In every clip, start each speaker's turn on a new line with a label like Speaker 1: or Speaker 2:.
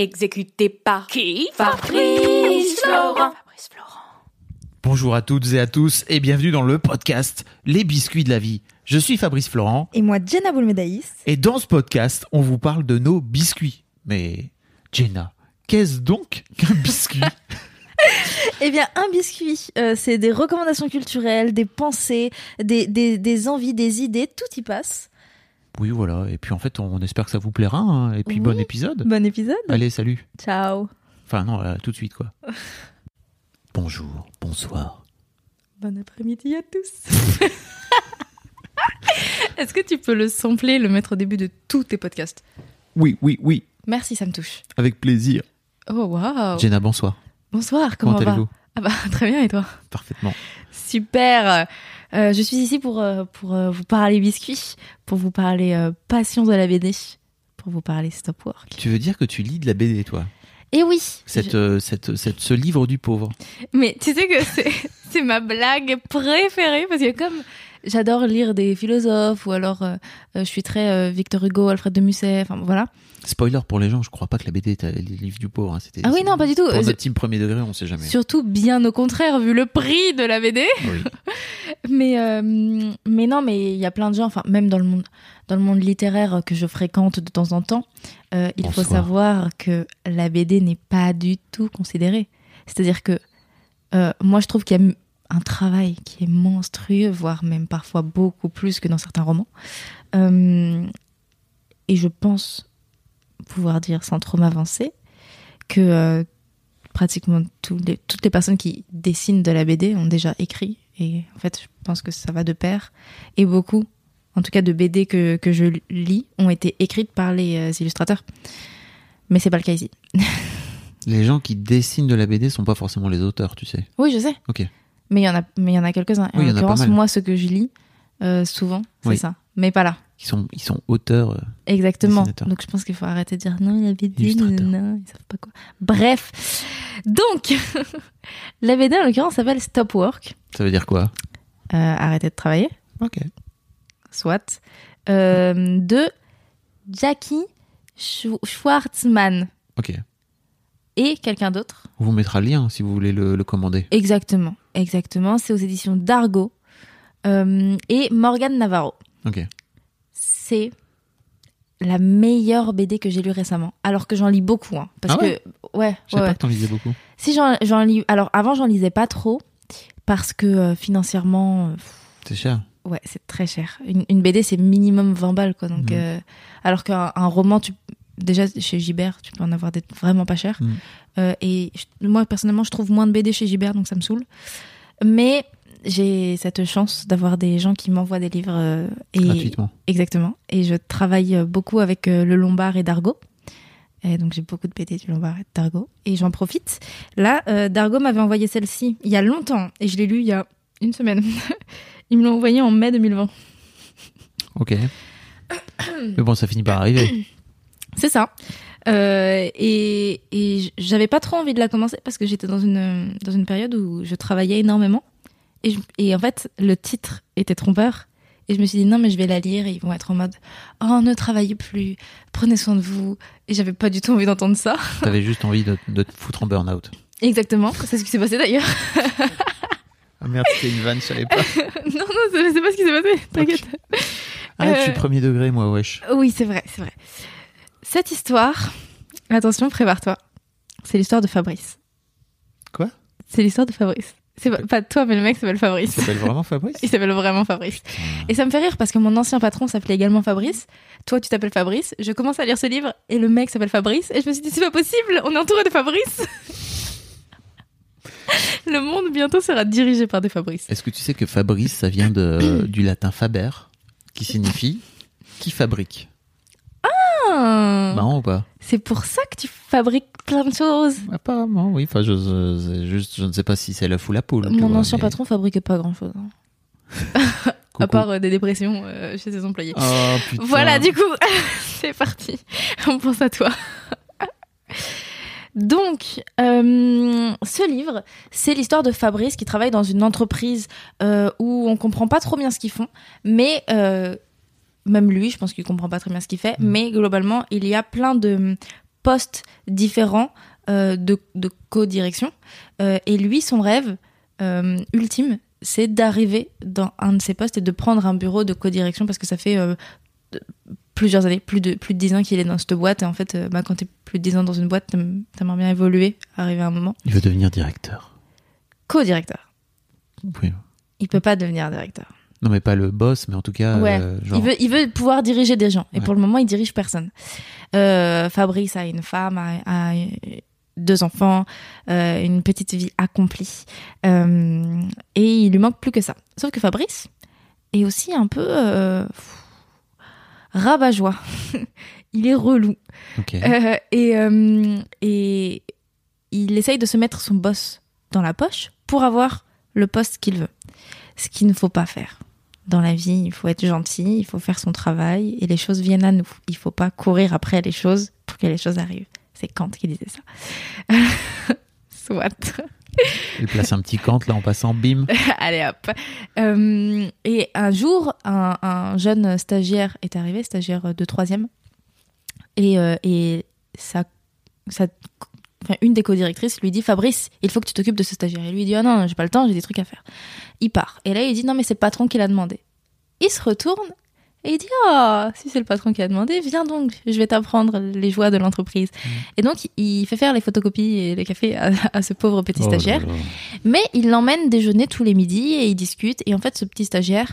Speaker 1: Exécuté par qui
Speaker 2: Fabrice Florent.
Speaker 1: Fabrice Florent.
Speaker 3: Bonjour à toutes et à tous et bienvenue dans le podcast Les biscuits de la vie. Je suis Fabrice Florent
Speaker 2: Et moi, Jenna Boulmedaïs.
Speaker 3: et dans ce podcast, on vous parle de nos biscuits. Mais Jenna, qu'est-ce donc qu'un biscuit
Speaker 2: Eh bien, un biscuit, euh, c'est des recommandations culturelles, des pensées, des, des, des envies, des idées, tout y passe.
Speaker 3: Oui, voilà. Et puis en fait, on espère que ça vous plaira. hein. Et puis
Speaker 2: Oui.
Speaker 3: bon
Speaker 1: Bah
Speaker 3: épisode.
Speaker 2: Bon épisode.
Speaker 3: Allez, salut.
Speaker 2: Ciao.
Speaker 3: Enfin non, euh, tout de suite quoi. Bonjour, bonsoir.
Speaker 2: Bon après-midi à tous.
Speaker 1: Est-ce que tu peux le sampler, le mettre au début de tous tes podcasts
Speaker 3: Oui, oui, oui,
Speaker 1: Merci, ça me touche.
Speaker 3: avec plaisir.
Speaker 1: Oh, waouh
Speaker 3: Jenna, bonsoir.
Speaker 1: Bonsoir, comment,
Speaker 3: Comment
Speaker 1: va
Speaker 3: allez-vous
Speaker 1: Ah bah, très bien, et toi
Speaker 3: Parfaitement.
Speaker 1: Super Euh, Je suis ici pour, euh, pour euh, vous parler biscuits, pour vous parler euh, passion de la BD, pour vous parler stop work.
Speaker 3: Tu veux dire que tu lis de la BD, toi
Speaker 1: Et oui
Speaker 3: cette,
Speaker 1: je-
Speaker 3: euh, cette, cette, Ce livre du pauvre.
Speaker 1: Mais tu sais que c'est- c'est ma blague préférée, parce que comme j'adore lire des philosophes, ou alors euh, euh, je suis très euh, Victor Hugo, Alfred de Musset, enfin voilà.
Speaker 3: Spoiler pour les gens, je crois pas que la BD est les livres du pauvre. hein, c'était-
Speaker 1: Ah oui, non, pas du tout.
Speaker 3: Pour
Speaker 1: Euh,
Speaker 3: notre team premier degré, on sait jamais.
Speaker 1: Surtout bien au contraire, vu le prix de la BD.
Speaker 3: Oui.
Speaker 1: Mais, euh, mais non, mais il y a plein de gens, enfin, même dans le monde, dans le monde littéraire euh, que je fréquente de temps en temps, euh, il faut
Speaker 3: Bonsoir.
Speaker 1: savoir que la BD n'est pas du tout considérée. C'est-à-dire que euh, moi, je trouve qu'il y a m- un travail qui est monstrueux, voire même parfois beaucoup plus que dans certains romans. Euh, et je pense pouvoir dire sans trop m'avancer que euh, pratiquement tous les- toutes les personnes qui dessinent de la BD ont déjà écrit. Et en fait, je pense que ça va de pair. Et beaucoup, en tout cas de BD que, que je lis, ont été écrites par les euh, illustrateurs. Mais c'est pas le cas ici.
Speaker 3: Les gens qui dessinent de la BD sont pas forcément les auteurs, tu sais.
Speaker 1: Oui, je sais.
Speaker 3: Ok.
Speaker 1: Mais il y en a, mais il y en a quelques-uns. Et
Speaker 3: Oui, il y
Speaker 1: en
Speaker 3: en a pas
Speaker 1: l'occurrence,
Speaker 3: mal.
Speaker 1: moi, ce que je lis, euh, souvent, c'est
Speaker 3: Oui.
Speaker 1: ça. Mais pas là.
Speaker 3: Ils sont, ils sont auteurs. euh.
Speaker 1: Exactement.
Speaker 3: Dessinateur.
Speaker 1: Donc je pense qu'il faut arrêter de dire non, la BD,
Speaker 3: Illustrateur.
Speaker 1: non, ils savent pas quoi. Bref. Donc, la BD en l'occurrence s'appelle Stop Work,
Speaker 3: Ça veut dire quoi
Speaker 1: euh, arrêter de travailler,
Speaker 3: Ok.
Speaker 1: soit, euh, de Jackie Schw- Schwartzman
Speaker 3: Ok.
Speaker 1: et quelqu'un d'autre.
Speaker 3: On vous mettra le lien si vous voulez le, le commander.
Speaker 1: Exactement, exactement. C'est aux éditions d'Argo euh, et Morgane Navarro.
Speaker 3: Ok.
Speaker 1: c'est la meilleure BD que j'ai lue récemment. Alors que j'en lis beaucoup. hein, parce
Speaker 3: Ah ouais
Speaker 1: que, ouais,
Speaker 3: Je savais pas
Speaker 1: ouais, ouais.
Speaker 3: que t'en lisais beaucoup.
Speaker 1: Si j'en j'en lis. Alors avant, j'en lisais pas trop. Parce que euh, financièrement, euh, pff,
Speaker 3: C'est cher.
Speaker 1: ouais, c'est très cher. Une, une BD, c'est minimum 20 balles. Quoi, donc,
Speaker 3: Mhm.
Speaker 1: euh, alors qu'un un roman, tu, déjà chez Gibert, tu peux en avoir des vraiment pas cher.
Speaker 3: Mhm.
Speaker 1: Euh, et je- moi, personnellement, je trouve moins de BD chez Gibert, donc ça me saoule. Mais j'ai cette chance d'avoir des gens qui m'envoient des livres. euh, et,
Speaker 3: Gratuitement.
Speaker 1: Exactement. Et je travaille euh, beaucoup avec euh, le Lombard et Dargo. Et donc j'ai beaucoup de BD du Lombard et de Dargo. Et j'en profite. Là, euh, Dargo m'avait envoyé celle-ci il y a longtemps. Et je l'ai lue il y a une semaine. Ils me l'ont envoyée en mai 2020.
Speaker 3: Ok. Mais bon, ça finit par arriver.
Speaker 1: C'est ça. Euh, et et j- j'avais pas trop envie de la commencer parce que j'étais dans une, dans une période où je travaillais énormément. Et, je- et en fait, le titre était trompeur. Et je me suis dit, non, mais je vais la lire. Et ils vont être en mode, oh, ne travaillez plus, prenez soin de vous. Et j'avais pas du tout envie d'entendre ça.
Speaker 3: T'avais juste envie de, de te foutre en burn-out.
Speaker 1: Exactement, c'est ce qui s'est passé d'ailleurs.
Speaker 3: Ah merde, c'était une vanne, je savais pas.
Speaker 1: non, non, c'est c'est pas ce qui s'est passé, t'inquiète.
Speaker 3: Ah, je suis
Speaker 1: Euh.
Speaker 3: premier degré, moi, wesh.
Speaker 1: Oui, c'est vrai, c'est vrai. Cette histoire, attention, prépare-toi. C'est l'histoire de Fabrice.
Speaker 3: Quoi
Speaker 1: C'est l'histoire de Fabrice. C'est pas, pas toi, mais le mec s'appelle
Speaker 3: Il
Speaker 1: Fabrice.
Speaker 3: s'appelle vraiment Fabrice
Speaker 1: Il s'appelle vraiment Fabrice. Et ça me fait rire parce que mon ancien patron s'appelait également Fabrice. Toi, tu t'appelles Fabrice. Je commence à lire ce livre et le mec s'appelle Fabrice. Et je me suis dit, c'est pas possible, on est entouré de Fabrice. le monde bientôt sera dirigé par des Fabrice.
Speaker 3: Est-ce que tu sais que Fabrice, ça vient de, du latin faber, qui signifie qui fabrique
Speaker 1: Ah.
Speaker 3: quoi.
Speaker 2: C'est pour ça que tu fabriques plein de choses.
Speaker 3: Apparemment, oui. Enfin, je, je- c'est juste, je ne sais pas si c'est la foule à poule. tu
Speaker 1: Mon
Speaker 3: vois,
Speaker 1: ancien
Speaker 3: mais-
Speaker 1: patron fabriquait pas hein. grand chose.
Speaker 3: Coucou.
Speaker 1: À part euh, des dépressions euh, chez ses employés.
Speaker 3: Oh, putain.
Speaker 1: Voilà, du coup, c'est parti. On pense à toi. Donc, euh, ce livre, c'est l'histoire de Fabrice qui travaille dans une entreprise euh, où on comprend pas trop bien ce qu'ils font, mais euh, même lui, je pense qu'il comprend pas très bien ce qu'il fait, mais globalement, il y a plein de hum, postes différents euh, de, de co-direction. Euh, et lui, son rêve euh, ultime, c'est d'arriver dans un de ces postes et de prendre un bureau de co-direction parce que ça fait euh, de- plusieurs années, plus de, plus de 10 ans qu'il est dans cette boîte. Et en fait, euh, bah, quand tu es plus de 10 ans dans une boîte, t'aimes- t'aimerais bien évoluer, arriver à un moment.
Speaker 3: Il veut devenir directeur.
Speaker 1: Co-directeur.
Speaker 3: Oui.
Speaker 1: Il peut pas devenir directeur.
Speaker 3: Non, mais pas le boss, mais en tout cas,
Speaker 1: Ouais.
Speaker 3: euh, genre,
Speaker 1: Il, veut, il veut pouvoir diriger des gens. Et
Speaker 3: Ouais.
Speaker 1: pour le moment, il dirige personne. Euh, Fabrice a une femme, a, a deux enfants, euh, une petite vie accomplie. Euh, et il lui manque plus que ça. Sauf que Fabrice est aussi un peu euh, pff, rabat-joie. il est relou.
Speaker 3: ok.
Speaker 1: Euh, et, euh, et il essaye de se mettre son boss dans la poche pour avoir le poste qu'il veut. Ce qu'il ne faut pas faire. Dans la vie, il faut être gentil, il faut faire son travail et les choses viennent à nous. Il faut pas courir après les choses pour que les choses arrivent. C'est Kant qui disait ça. Soit.
Speaker 3: Il place un petit cante là en passant, bim.
Speaker 1: Allez hop. Euh, et un jour, un, un jeune stagiaire est arrivé, stagiaire de troisième, et, euh, et sa- sa- enfin, une des co-directrices lui dit Fabrice, il faut que tu t'occupes de ce stagiaire. Et lui il dit Ah non, non, j'ai pas le temps, j'ai des trucs à faire. Il part. Et là, il dit Non, mais c'est le patron qui l'a demandé. Il se retourne et il dit Ah, si c'est le patron qui a demandé, viens donc, je vais t'apprendre les joies de l'entreprise.
Speaker 3: Mmh.
Speaker 1: Et donc, il fait faire les photocopies et les cafés à, à ce pauvre petit
Speaker 3: Oh là
Speaker 1: stagiaire.
Speaker 3: là.
Speaker 1: Mais il l'emmène déjeuner tous les midis et ils discutent. Et en fait, ce petit stagiaire,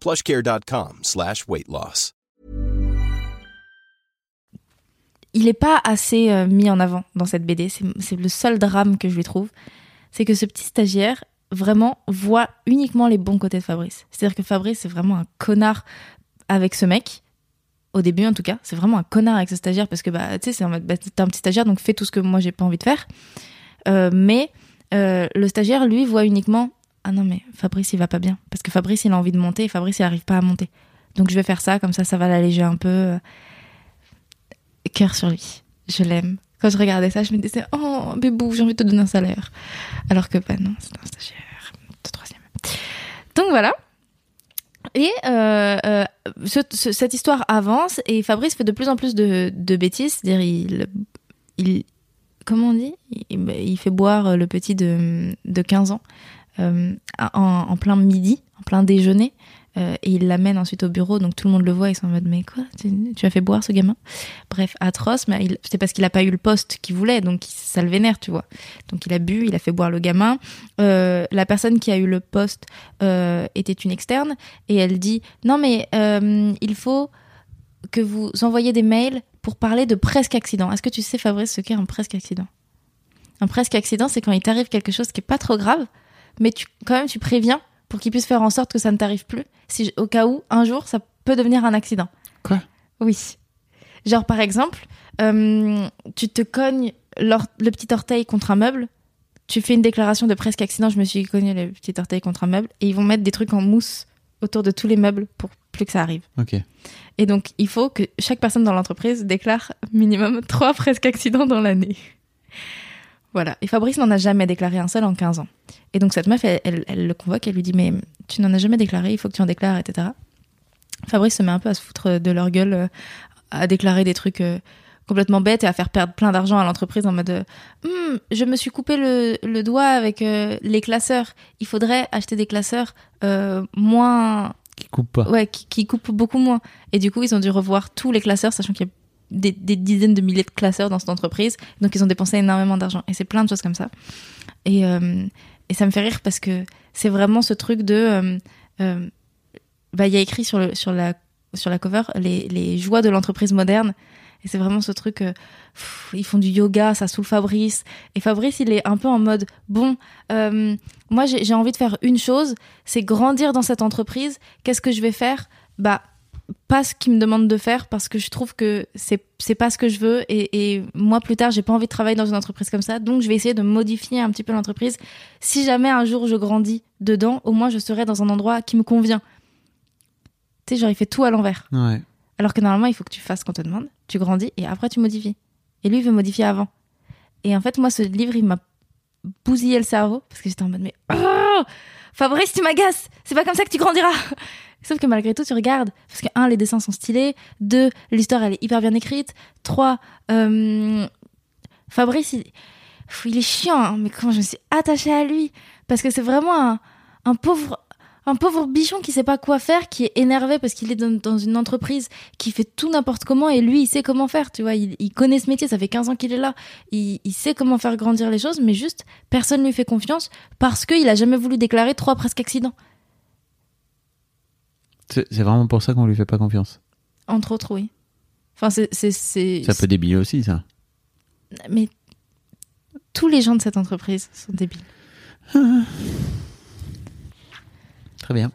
Speaker 4: plushcare.com slash weight loss.
Speaker 1: il n'est pas assez euh, mis en avant dans cette BD. C'est c'est le seul drame que je lui trouve. C'est que ce petit stagiaire, vraiment, voit uniquement les bons côtés de Fabrice. C'est-à-dire que Fabrice, c'est vraiment un connard avec ce mec. Au début, en tout cas, c'est vraiment un connard avec ce stagiaire parce que, bah, tu sais, c'est en mode, bah, t'es un petit stagiaire, donc fais tout ce que moi, j'ai pas envie de faire. Euh, mais euh, le stagiaire, lui, voit uniquement Ah non, mais Fabrice, il va pas bien. Parce que Fabrice, il a envie de monter et Fabrice, il arrive pas à monter. Donc je vais faire ça, comme ça, ça va l'alléger un peu. euh. Cœur sur lui. Je l'aime. Quand je regardais ça, je me disais Oh, bébou, j'ai envie de te donner un salaire. Alors que, bah non, c'est un stagiaire de troisième. Donc voilà. Et euh, euh, ce- ce- cette histoire avance et Fabrice fait de plus en plus de, de bêtises. C'est-à-dire, il, il. Comment on dit il, bah, il fait boire le petit de, de 15 ans euh, en, en plein midi, en plein déjeuner. euh, et il l'amène ensuite au bureau, donc tout le monde le voit. Ils sont en mode Mais quoi Tu, tu as fait boire ce gamin Bref, atroce, mais il- c'est parce qu'il n'a pas eu le poste qu'il voulait, donc ça le vénère, tu vois. Donc il a bu, il a fait boire le gamin. Euh, la personne qui a eu le poste euh, était une externe et elle dit non mais euh, il faut que vous envoyez des mails pour parler de presque accident. Est-ce que tu sais Fabrice ce qu'est un presque accident Un presque accident, c'est quand il t'arrive quelque chose qui est pas trop grave, mais tu quand même tu préviens pour qu'il puisse faire en sorte que ça ne t'arrive plus, si au cas où un jour ça peut devenir un accident.
Speaker 3: Quoi
Speaker 1: Oui. Genre par exemple, euh, tu te cognes l'or- le petit orteil contre un meuble, tu fais une déclaration de presque accident, je me suis cogné le petit orteil contre un meuble, et ils vont mettre des trucs en mousse autour de tous les meubles pour plus que ça arrive.
Speaker 3: Ok.
Speaker 1: Et donc, il faut que chaque personne dans l'entreprise déclare minimum trois presque accidents dans l'année. Voilà. Et Fabrice n'en a jamais déclaré un seul en 15 ans. Et donc, cette meuf, elle, elle- elle le convoque, elle lui dit Mais tu n'en as jamais déclaré, il faut que tu en déclares, etc. Fabrice se met un peu à se foutre de leur gueule, euh, à déclarer des trucs euh, complètement bêtes et à faire perdre plein d'argent à l'entreprise en mode euh, Hmm, Je me suis coupé le, le doigt avec euh, les classeurs. Il faudrait acheter des classeurs euh, moins
Speaker 3: Qui coupe pas.
Speaker 1: Ouais, qui, qui coupent beaucoup moins. Et du coup, ils ont dû revoir tous les classeurs, sachant qu'il y a des, des dizaines de milliers de classeurs dans cette entreprise. Donc, ils ont dépensé énormément d'argent. Et c'est plein de choses comme ça. Et, euh, et ça me fait rire parce que c'est vraiment ce truc de. euh, euh, bah, il y a écrit sur, le, sur, la, sur la cover les, les joies de l'entreprise moderne. Et c'est vraiment ce truc. euh, pff, ils font du yoga, ça saoule Fabrice. Et Fabrice, il est un peu en mode bon, euh, moi, j'ai j'ai envie de faire une chose c'est grandir dans cette entreprise. Qu'est-ce que je vais faire Bah, pas ce qu'ils me demandent de faire parce que je trouve que c'est c'est pas ce que je veux et, et moi plus tard j'ai pas envie de travailler dans une entreprise comme ça donc je vais essayer de modifier un petit peu l'entreprise si jamais un jour je grandis dedans au moins je serai dans un endroit qui me convient tu sais genre il fait tout à l'envers
Speaker 3: Ouais.
Speaker 1: alors que normalement il faut que tu fasses ce qu'on te demande tu grandis et après tu modifies et lui il veut modifier avant et en fait moi ce livre il m'a bousillé le cerveau parce que j'étais en mode mais oh Fabrice, tu m'agaces. C'est pas comme ça que tu grandiras. Sauf que malgré tout, tu regardes. Parce que, un, les dessins sont stylés. Deux, l'histoire, elle est hyper bien écrite. Trois, euh, Fabrice, il, pff, il est chiant, hein, mais comment je me suis attachée à lui. Parce que c'est vraiment un, un pauvre. Un pauvre bichon qui sait pas quoi faire, qui est énervé parce qu'il est dans, dans une entreprise qui fait tout n'importe comment et lui il sait comment faire, tu vois, il, il connaît ce métier, ça fait 15 ans qu'il est là, il, il sait comment faire grandir les choses, mais juste personne lui fait confiance parce qu'il a jamais voulu déclarer trois presque accidents.
Speaker 3: C'est c'est vraiment pour ça qu'on lui fait pas confiance.
Speaker 1: Entre autres, oui. Enfin, c'est. c'est- c'est-
Speaker 3: Ça peut débiler aussi, ça.
Speaker 1: c'est- Mais tous les gens de cette entreprise sont débiles.
Speaker 3: Très bien.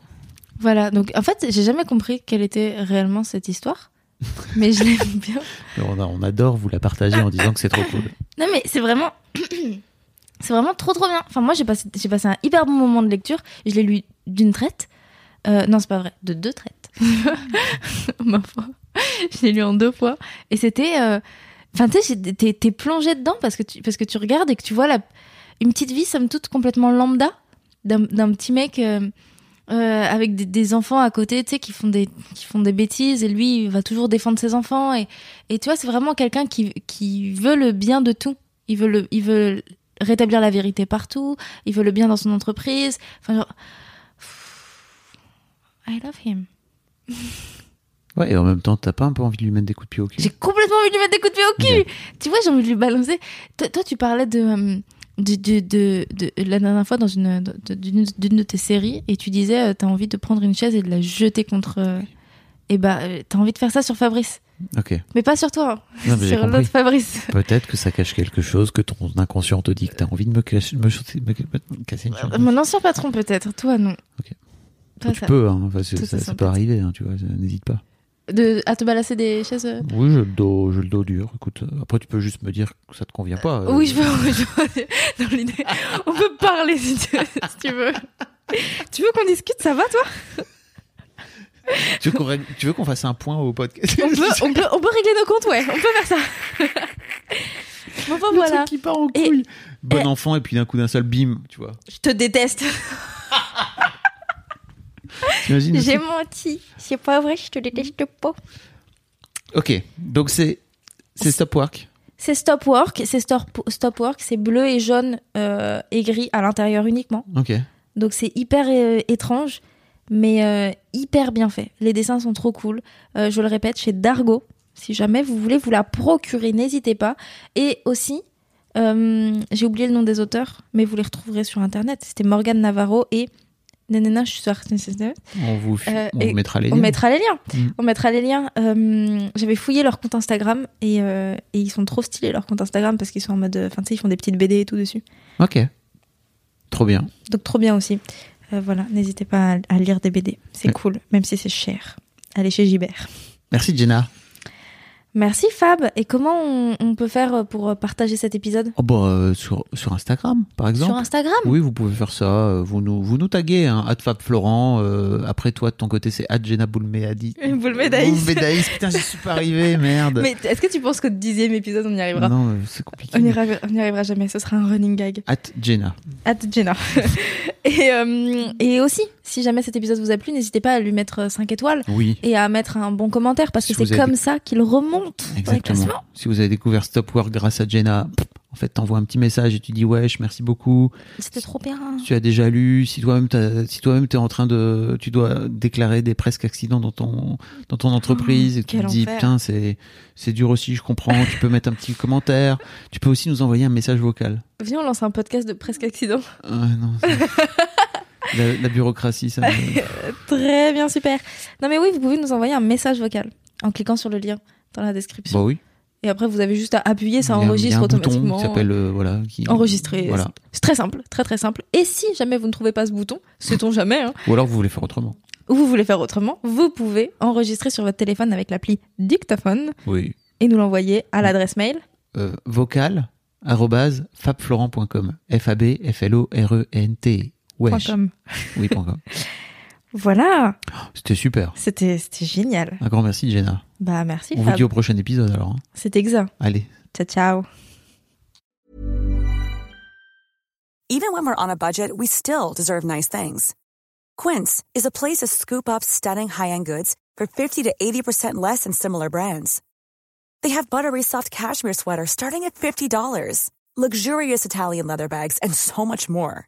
Speaker 1: Voilà, donc en fait, j'ai jamais compris quelle était réellement cette histoire, mais je l'aime bien.
Speaker 3: On, a- on adore vous la partager en disant que c'est trop cool.
Speaker 1: Non, mais c'est vraiment. C'est vraiment trop trop bien. Enfin, moi j'ai passé, j'ai passé un hyper bon moment de lecture. Je l'ai lu d'une traite. Euh, non, c'est pas vrai, de deux traites. Ma foi. Je l'ai lu en deux fois. Et c'était. euh, Enfin, tu sais, j'ai- t'es, t'es plongé dedans parce que, tu, parce que tu regardes et que tu vois la, une petite vie, somme toute, complètement lambda d'un, d'un petit mec. euh, euh, avec des, des enfants à côté, tu sais, qui font des qui font des bêtises et lui il va toujours défendre ses enfants et et tu vois, c'est vraiment quelqu'un qui, qui veut le bien de tout. Il veut, le, il veut rétablir la vérité partout. Il veut le bien dans son entreprise. Enfin, genre. I love him.
Speaker 3: Ouais, et en même temps, t'as pas un peu envie de lui mettre des coups de pied au cul
Speaker 1: J'ai complètement envie de lui mettre des coups de pied au cul. Tu vois, j'ai envie de lui balancer. Toi, toi, tu parlais de, euh, du- du- de, de, la dernière fois dans une de- d'une d'une de tes séries et tu disais euh, t'as envie de prendre une chaise et de la jeter contre. et bah, euh, t'as envie de faire ça sur Fabrice,
Speaker 3: Ok.
Speaker 1: mais pas sur toi, hein.
Speaker 3: Non, mais j'ai
Speaker 1: sur
Speaker 3: compris.
Speaker 1: l'autre Fabrice.
Speaker 3: Peut-être que ça cache quelque chose que ton inconscient te dit que t'as envie de me, cacher- me, chauter- me casser une chaîne.
Speaker 1: Euh, Mon ancien patron peut-être, toi non.
Speaker 3: Ok.
Speaker 1: Toi,
Speaker 3: tu
Speaker 1: ça-
Speaker 3: peux, hein, enfin, c'est-
Speaker 1: Tout
Speaker 3: ça,
Speaker 1: ça
Speaker 3: ça peut
Speaker 1: s'empête.
Speaker 3: arriver, hein, tu vois, ça- n'hésite pas.
Speaker 1: De, à te balasser des chaises. euh,
Speaker 3: Oui, j'ai le dos, j'ai le dos dur. Écoute, euh, après tu peux juste me dire que ça te convient pas. euh,
Speaker 1: Oui, je veux. je veux- Dans l'idée, on peut parler si tu, si tu veux. Tu veux qu'on discute, ça va toi
Speaker 3: Tu veux qu'on règle- tu veux qu'on fasse un point au podcast
Speaker 1: on peut, on, peut, on peut régler nos comptes, ouais, on peut faire ça. Bon, enfin, voilà.
Speaker 3: qui part en
Speaker 1: Et-
Speaker 3: couille. Bon enfant et puis d'un coup d'un seul bim, tu vois.
Speaker 1: Je te déteste.
Speaker 3: T'imagines le
Speaker 2: J'ai
Speaker 3: truc
Speaker 2: menti. C'est pas vrai, je te déteste pas.
Speaker 3: Ok, donc c'est c'est stop work.
Speaker 1: C'est stop work, c'est stop, stop work, c'est bleu et jaune euh, et gris à l'intérieur uniquement.
Speaker 3: Ok.
Speaker 1: Donc c'est hyper euh, étrange, mais euh, hyper bien fait. Les dessins sont trop cool. Euh, je le répète, chez Dargo. Si jamais vous voulez vous la procurer, n'hésitez pas. Et aussi, euh, j'ai oublié le nom des auteurs, mais vous les retrouverez sur Internet. C'était Morgan Navarro et... Nanana, je suis sortie.
Speaker 3: On vous, fi-
Speaker 1: Euh,
Speaker 3: on
Speaker 1: et
Speaker 3: vous mettra les
Speaker 1: On
Speaker 3: liens.
Speaker 1: mettra les liens.
Speaker 3: Mm.
Speaker 1: On mettra les liens. Euh, J'avais fouillé leur compte Instagram et, euh, et ils sont trop stylés leur compte Instagram parce qu'ils sont en mode, euh, enfin tu sais, ils font des petites BD et tout dessus.
Speaker 3: Ok. Trop bien.
Speaker 1: Donc trop bien aussi. Euh, voilà, n'hésitez pas à, à lire
Speaker 3: Mm.
Speaker 1: des BD. C'est
Speaker 3: Ouais.
Speaker 1: cool, même si c'est cher. Allez chez Gibert.
Speaker 3: Merci Jenna.
Speaker 1: Merci Fab. Et comment on, on peut faire pour partager cet épisode
Speaker 3: Oh bah, euh, sur, sur Instagram, par exemple.
Speaker 1: Sur Instagram
Speaker 3: Oui, vous pouvez faire ça. euh, Vous nous, vous nous taguez, hein, @fabflorent. euh, après toi, de ton côté, c'est @jenaboulmeadi.
Speaker 1: Boulmedaïs.
Speaker 3: Boulmedaïs, putain, j'y suis pas arrivé, merde.
Speaker 1: Mais t- est-ce que tu penses qu'au dixième épisode, on y arrivera
Speaker 3: non, mais c'est compliqué.
Speaker 1: On n'y arrivera, on y arrivera jamais, ce sera un running gag.
Speaker 3: At Jenna.
Speaker 1: At Jenna. et, euh, et aussi, si jamais cet épisode vous a plu, n'hésitez pas à lui mettre 5 étoiles
Speaker 3: Oui.
Speaker 1: et à mettre un bon commentaire parce que
Speaker 3: Si vous
Speaker 1: c'est
Speaker 3: avez-
Speaker 1: comme ça qu'il remonte dans les
Speaker 3: Exactement.
Speaker 1: classements.
Speaker 3: Si vous avez découvert Stop Work grâce à Jenna, en fait, t'envoies un petit message et tu dis wesh, merci beaucoup.
Speaker 1: C'était trop bien.
Speaker 3: tu as déjà lu, si toi-même t'as- si toi-même t'es en train de, tu dois déclarer des presque accidents dans ton dans ton entreprise et tu
Speaker 1: quel
Speaker 3: te dis
Speaker 1: enfer.
Speaker 3: putain c'est c'est dur aussi, je comprends. tu peux mettre un petit commentaire, tu peux aussi nous envoyer un message vocal.
Speaker 1: Viens, on lance un podcast de presque accident.
Speaker 3: Ah, non, c'est- la, la bureaucratie ça. me-
Speaker 1: Très bien, super. Non mais oui, vous pouvez nous envoyer un message vocal en cliquant sur le lien dans la description.
Speaker 3: bah oui.
Speaker 1: Et après, vous avez juste à appuyer,
Speaker 3: Il y
Speaker 1: ça
Speaker 3: a- il y a
Speaker 1: enregistre
Speaker 3: un bouton
Speaker 1: automatiquement.
Speaker 3: qui s'appelle euh, voilà qui
Speaker 1: Enregistrer.
Speaker 3: Voilà.
Speaker 1: C'est très simple, très très simple. Et si jamais vous ne trouvez pas ce bouton, sait-on jamais, hein,
Speaker 3: Ou alors vous voulez faire autrement.
Speaker 1: ou vous voulez faire autrement, vous pouvez enregistrer sur votre téléphone avec l'appli Dictaphone
Speaker 3: Oui.
Speaker 1: et nous l'envoyer à l'adresse mail.
Speaker 3: Euh, vocal arrobase fabflorent.com f a b f l o r e n t wesh
Speaker 1: .com.
Speaker 3: oui point com.
Speaker 1: Voilà,
Speaker 3: c'était super
Speaker 1: c'était c'était génial.
Speaker 3: un grand merci Jenna
Speaker 1: Bah merci
Speaker 3: On vous
Speaker 1: Fab,
Speaker 3: dit au prochain épisode alors. hein.
Speaker 1: c'est exa.
Speaker 3: Allez.
Speaker 1: Ciao ciao.
Speaker 5: Even when we're on a budget, we still deserve nice things. Quince is a place to scoop up stunning high-end goods for 50 to 80% less than similar brands. They have buttery soft cashmere sweaters starting at $50, luxurious Italian leather bags, and so much more.